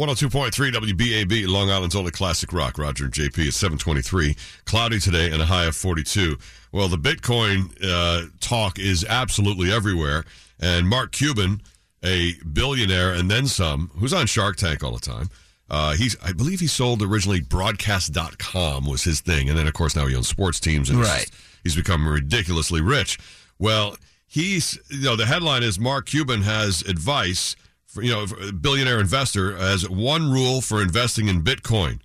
102.3 WBAB, Long Island's only classic rock. Roger and JP at 723. Cloudy today and a high of 42. Well, the Bitcoin uh, talk is absolutely everywhere. And Mark Cuban, a billionaire and then some, who's on Shark Tank all the time, uh, he's I believe he sold originally broadcast.com was his thing. And then, of course, now he owns sports teams. And he's- Right. He's become ridiculously rich. Well, he's you know the headline is Mark Cuban has advice for you know for a billionaire investor as one rule for investing in Bitcoin.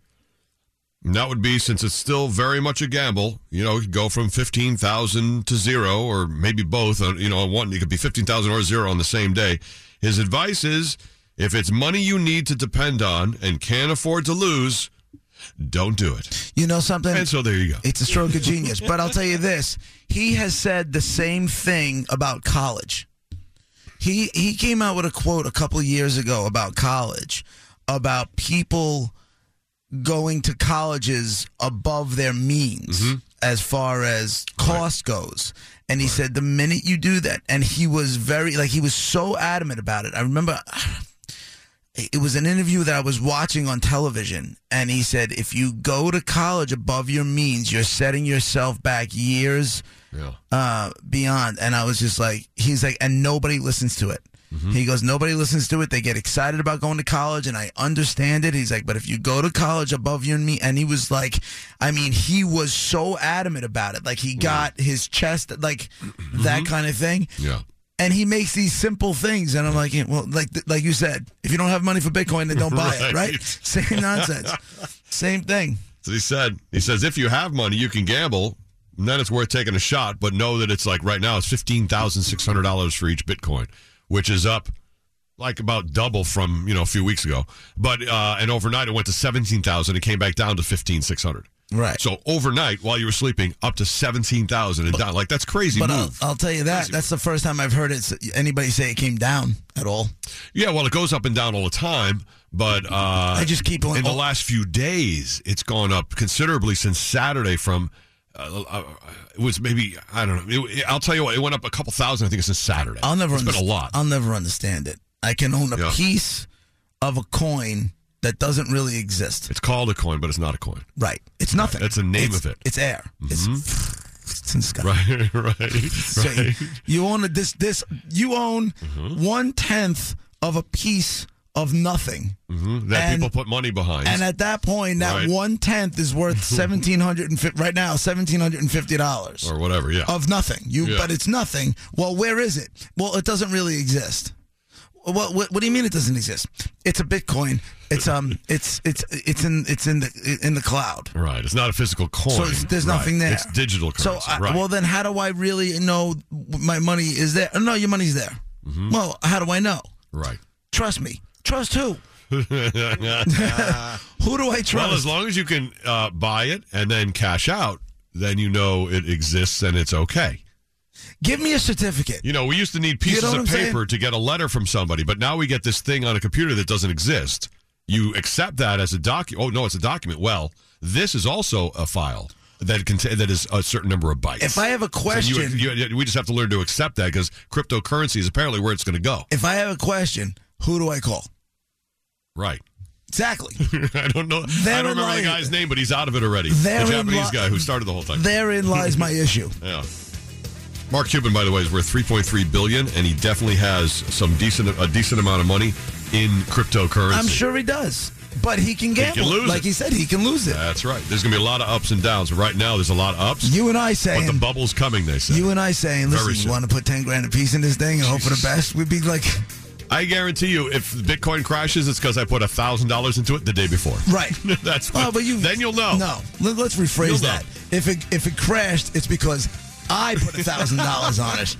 And that would be since it's still very much a gamble. You know, it could go from fifteen thousand to zero, or maybe both. uh, You know, on one it could be fifteen thousand or zero on the same day. His advice is: if it's money you need to depend on and can't afford to lose, don't do it. You know something? And so there you go. It's a stroke of genius. But I'll tell you this: he has said the same thing about college. He he came out with a quote a couple of years ago about college, about people going to colleges above their means as far as cost goes. And he said the minute you do that, and he was very like he was so adamant about it. I remember it was an interview that I was watching on television, and he said, if you go to college above your means, you're setting yourself back years Yeah. uh, beyond. And I was just like, he's like, and nobody listens to it. He goes, nobody listens to it. They get excited about going to college, and I understand it. He's like, but if you go to college above your me, and he was like, I mean, he was so adamant about it. Like he got his chest, like that kind of thing Yeah. and he makes these simple things and i'm like yeah, well like like you said if you don't have money for bitcoin then don't buy it right Right. same nonsense same thing So he said, he says, if you have money, you can gamble. And then it's worth taking a shot, but know that it's like right now it's fifteen thousand six hundred dollars for each Bitcoin, which is up like about double from you know a few weeks ago. But uh, and overnight it went to seventeen thousand. It came back down to fifteen six hundred. right So overnight, while you were sleeping, up to seventeen thousand and down. Like that's crazy but uh, I'll, move. I'll tell you that Crazy that's the first time i've heard it s- anybody say it came down at all yeah, well, it goes up and down all the time, but uh, i just keep oh, on in the last few days, it's gone up considerably since Saturday. From uh, uh, it was maybe I don't know. It- I'll tell you what, it went up a couple thousand. I think since Saturday. i'll never It's been a underst- lot. i'll never understand it i can own a Yeah. piece of a coin that doesn't really exist It's called a coin, but it's not a coin. right it's nothing That's the name It's- of it. Mm-hmm. it's air it's, it's in the sky Right, right, right. Mm-hmm. So you own a, this this you own tenth of a piece of nothing, Mhm. That And- people put money behind. and at that point, that Right. one tenth is worth seventeen hundred and fifty right now seventeen hundred and fifty dollars or whatever, yeah. of nothing. You Yeah. but it's nothing. Well, where is it? Well, it doesn't really exist. What, what what do you mean it doesn't exist? It's a Bitcoin. It's um it's it's it's in it's in the in the cloud. right. It's not a physical coin. So it's, there's Right. nothing there. It's digital currency. So I, right. well, then how do I really know my money is there? No, your money's there. Mm-hmm. Well, how do I know? right. Trust me. Trust who? Who do I Well, as trust? long as you can uh, buy it and then cash out, then you know it exists and it's okay. Give me a certificate. You know, we used to need pieces know what of I'm paper to get a letter from somebody, but now we get this thing on a computer that doesn't exist. You accept that as a document. Oh no, it's a document. Well, this is also a file that contain that is a certain number of bytes. If I have a So question, you, you- we just have to learn to accept that because cryptocurrency is apparently where it's going to go. if I have a question, who do I call? Right. Exactly. I don't know. I Therein don't remember the lies- guy's name, but he's out of it already. Therein the Japanese li- guy who started the whole thing. Therein lies my issue. Yeah. Mark Cuban, by the way, is worth 3.3 billion, and he definitely has some decent a decent amount of money in cryptocurrency. I'm sure he does, but he can can gamble. lose like it. he said, he can lose it. That's right. There's going to be a lot of ups and downs. But right now, there's a lot of ups, You and I but the saying, bubble's coming. They say. you and I saying, Very listen, you soon. want to put ten grand a piece in this thing and hope for the best? We'd be like, I guarantee you, if Bitcoin crashes, it's because I put thousand dollars into it the day before. right. That's Well, what- but you then you'll know. No, Let, us rephrase You'll know. that. If it if it crashed, it's because I put a thousand dollars on it.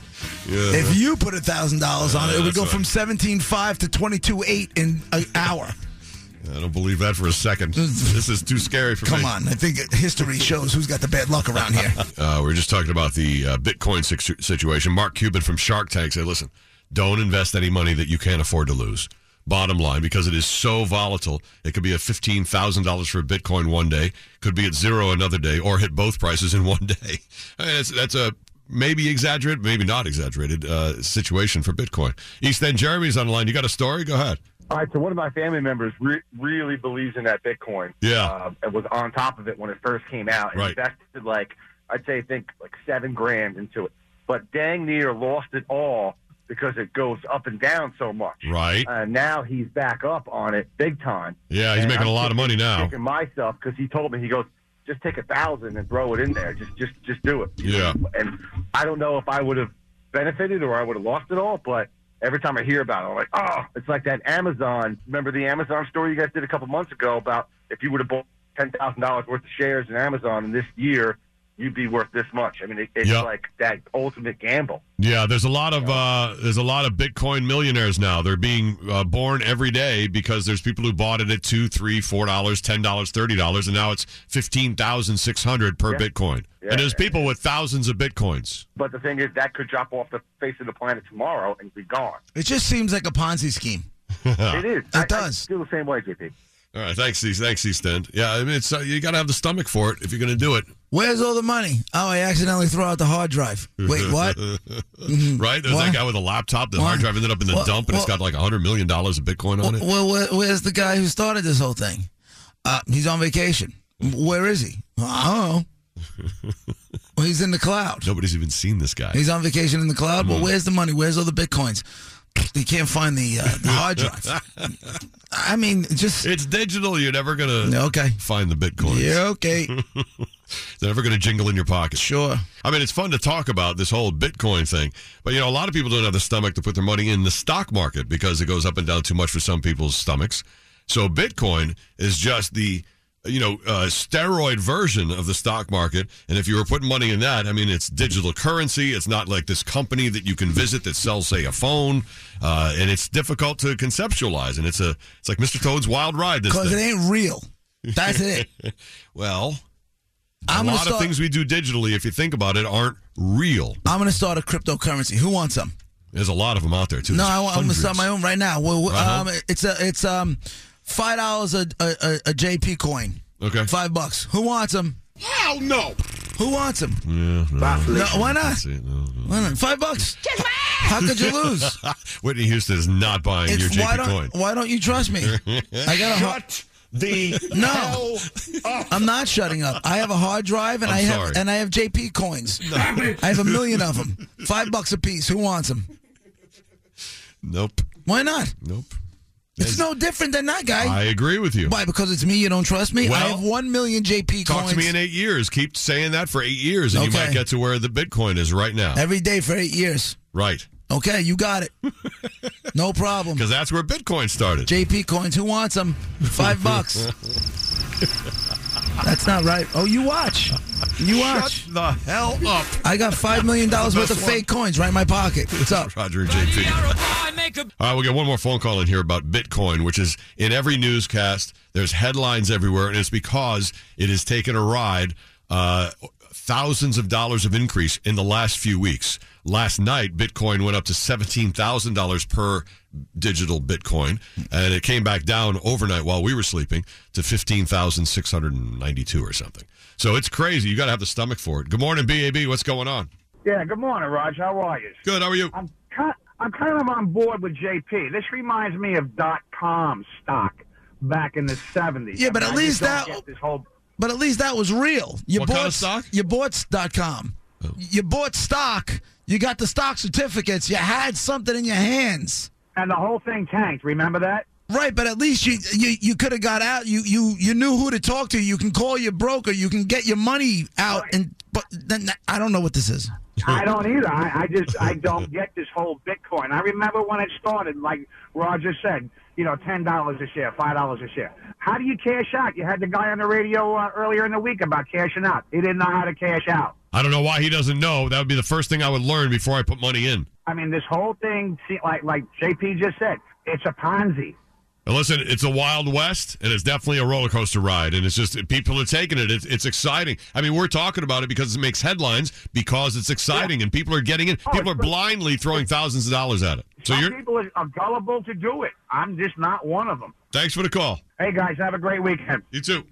Yeah. If you put a thousand dollars on it, Yeah, it would Uh-huh. that's go right. from seventeen five to twenty two eight in an hour. I don't believe that for a second. this is too scary for me. Come on, I think history shows who's got the bad luck around here. Uh, we were just talking about the uh, Bitcoin situ- situation. Mark Cuban from Shark Tank said, listen, don't invest any money that you can't afford to lose. Bottom line, because it is so volatile, it could be at $15,000 for a Bitcoin one day, could be at zero another day, or hit both prices in one day. I mean, that's, that's a maybe exaggerated, maybe not exaggerated uh, situation for Bitcoin. East End Jeremy's on the line. You got a story? Go ahead. All right, so one of my family members re- really believes in that Bitcoin. Yeah. uh, and was on top of it when it first came out. And Right. invested like I'd say think like seven grand into it, but dang near lost it all because it goes up and down so much. Right. Uh, now he's back up on it big time. Yeah, he's And making I'm a lot of money now. Kicking myself because he told me he goes, just take a thousand and throw it in there. Just just just do it. Yeah. And I don't know if I would have benefited or I would have lost it all, but every time I hear about it, I'm like, oh, it's like that Amazon. Remember the Amazon story you guys did a couple months ago about if you would have bought ten thousand dollars worth of shares in Amazon in this year, you'd be worth this much. I mean, it, it's Yeah. like that ultimate gamble. Yeah, there's a lot of uh, there's a lot of Bitcoin millionaires now. They're being uh, born every day because there's people who bought it at two, three, four dollars, ten dollars, thirty dollars, and now it's fifteen thousand six hundred per Yeah. Bitcoin. Yeah. And there's people with thousands of Bitcoins. But the thing is, that could drop off the face of the planet tomorrow and be gone. It just seems like a Ponzi scheme. Ah. It is. It I- does. I feel the same way, JP. All right, thanks, these, thanks, Easton. Yeah, I mean, it's uh, you got to have the stomach for it if you're going to do it, Where's all the money? Oh, I accidentally threw out the hard drive. Wait, what? Mm-hmm. right? There's What? that guy with a laptop. The What? hard drive ended up in the What? dump, and it's What? got like hundred million dollars of Bitcoin on it. Well, where, where's the guy who started this whole thing? Uh, he's on vacation. Where is he? I don't know. well, he's in the cloud. Nobody's even seen this guy. He's on vacation in the cloud. Mm-hmm. Well, where's the money? Where's all the bitcoins? He can't find the, uh, the hard drive. I mean, just It's digital. You're never going to okay. find the Bitcoin. Yeah, okay, They're never going to jingle in your pocket. sure. I mean, it's fun to talk about this whole Bitcoin thing, but you know, a lot of people don't have the stomach to put their money in the stock market because it goes up and down too much for some people's stomachs. So Bitcoin is just the you know uh, steroid version of the stock market. And if you were putting money in that, I mean, it's digital currency. It's not like this company that you can visit that sells, say, a phone, uh, and it's difficult to conceptualize. And it's a it's like Mr. Toad's Wild Ride. This Because it thing. ain't real. That's it. well, a I'm gonna lot of start. things we do digitally, if you think about it, aren't real. I'm gonna start a cryptocurrency. Who wants them? There's a lot of them out there too. No, There's I, am gonna hundreds. start my own right now. Well, Uh-huh. um, it's a it's um five dollars a, a a a JP coin. Okay. Five bucks. Who wants them? Hell no. Who wants them? Yeah. No, No, why not? that's it, no, no. Why not? Five bucks. How could you lose? Whitney Houston is not buying your It's- JP why don't coin. why don't you trust me? I got a hard, The no. I'm not shutting up. I have a hard drive and I'm I have sorry. and I have JP coins. I have a million of them. Five bucks a piece. Who wants them? nope, Why not? nope. It's no different than that guy. I agree with you. Why? Because it's me. You don't trust me. I Well, have one million JP Talk coins to me in eight years. Keep saying that for eight years, and you Okay. might get to where the Bitcoin is right now. every day for eight years. right, Okay, you got it. No problem. because that's where Bitcoin started. JP coins. Who wants them? Five bucks. That's not right. Oh, you watch. You watch. Shut the hell up, I got five million dollars worth of That's one. fake coins right in my pocket. What's up? Roger and JP. All right, we'll get Uh, one more phone call in here about Bitcoin, which is in every newscast. There's headlines everywhere, and it's because it has taken a ride uh, thousands of dollars of increase in the last few weeks. Last night, Bitcoin went up to $17,000 per digital Bitcoin, and it came back down overnight while we were sleeping to 15,692 or something. So it's crazy. You got to have the stomach for it. Good morning, BAB. What's going on? Yeah, good morning, Raj. How are you? Good. How are you? I'm kind, I'm kind of on board with JP. This reminds me of dot com stock back in the 70s. Yeah, but I mean, at I just least don't that- get this whole But at least that was real. You What bought kind of stock? Oh. You bought dot com. You bought stock. You got the stock certificates. You had something in your hands. and the whole thing tanked. Remember that? Right, but at least you you, you could have got out. You, you you knew who to talk to. You can call your broker. You can get your money out. And but then I don't know what this is. I don't either. I, I just I don't get this whole Bitcoin. I remember when it started, like Roger said, you know, ten dollars a share, five dollars a share. How do you cash out? You had the guy on the radio uh, earlier in the week about cashing out. He didn't know how to cash out. I don't know why he doesn't know. That would be the first thing I would learn before I put money in. I mean, this whole thing, see, like like JP just said, it's a Ponzi. And listen, it's a wild west, and it's definitely a roller coaster ride. And it's just people are taking it. It's, it's exciting. I mean, we're talking about it because it makes headlines, because it's exciting, and people are getting in. people are it's- blindly throwing thousands of dollars at it. So Some you're people are, are gullible to do it. I'm just not one of them. thanks for the call. Hey guys, have a great weekend. You too.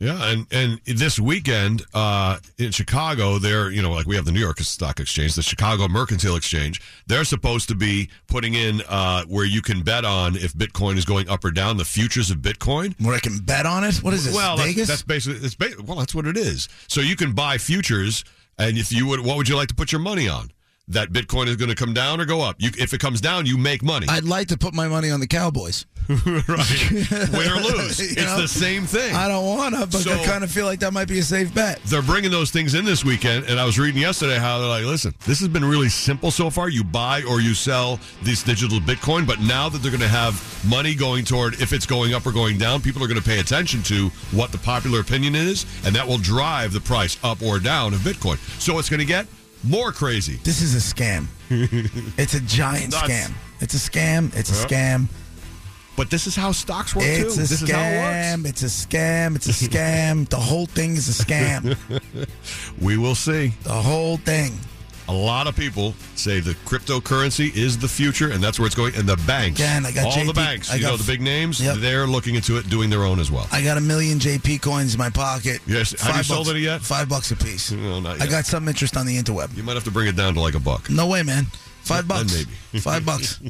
Yeah, and and this weekend uh, in Chicago, they're you know like we have the New York Stock Exchange, the Chicago Mercantile Exchange. They're supposed to be putting in uh, where you can bet on if Bitcoin is going up or down, the futures of Bitcoin. Where I can bet on it? What is this? well, that's, Vegas? that's basically it's ba- well that's what it is. So you can buy futures, and if you would, what would you like to put your money on? That Bitcoin is going to come down or go up. You, if it comes down, you make money. I'd like to put my money on the Cowboys. right, win or lose, You it's know? the same thing. I don't want to, but So- I kind of feel like that might be a safe bet. they're bringing those things in this weekend and i was reading yesterday how they're like listen this has been really simple so far you buy or you sell this digital bitcoin but now that they're going to have money going toward if it's going up or going down people are going to pay attention to what the popular opinion is and that will drive the price up or down of bitcoin so it's going to get more crazy This is a scam. it's a giant Nuts. scam. It's a scam. It's a Yeah. scam. but this is how stocks work It's too a this is how it scam. works It's a scam. It's a scam. the whole thing is a scam. we will see the whole thing. a lot of people say the cryptocurrency is the future and that's where it's going and the banks Again, I got all the JP banks I you got- know the big names Yep. they're looking into it doing their own as well I got a million JP coins in my pocket. Yes, have you sold bucks, any yet? Five bucks a piece. No, not I yet. got some interest on the interweb. you might have to bring it down to like a buck No way, man. Then Five bucks. maybe. Five bucks.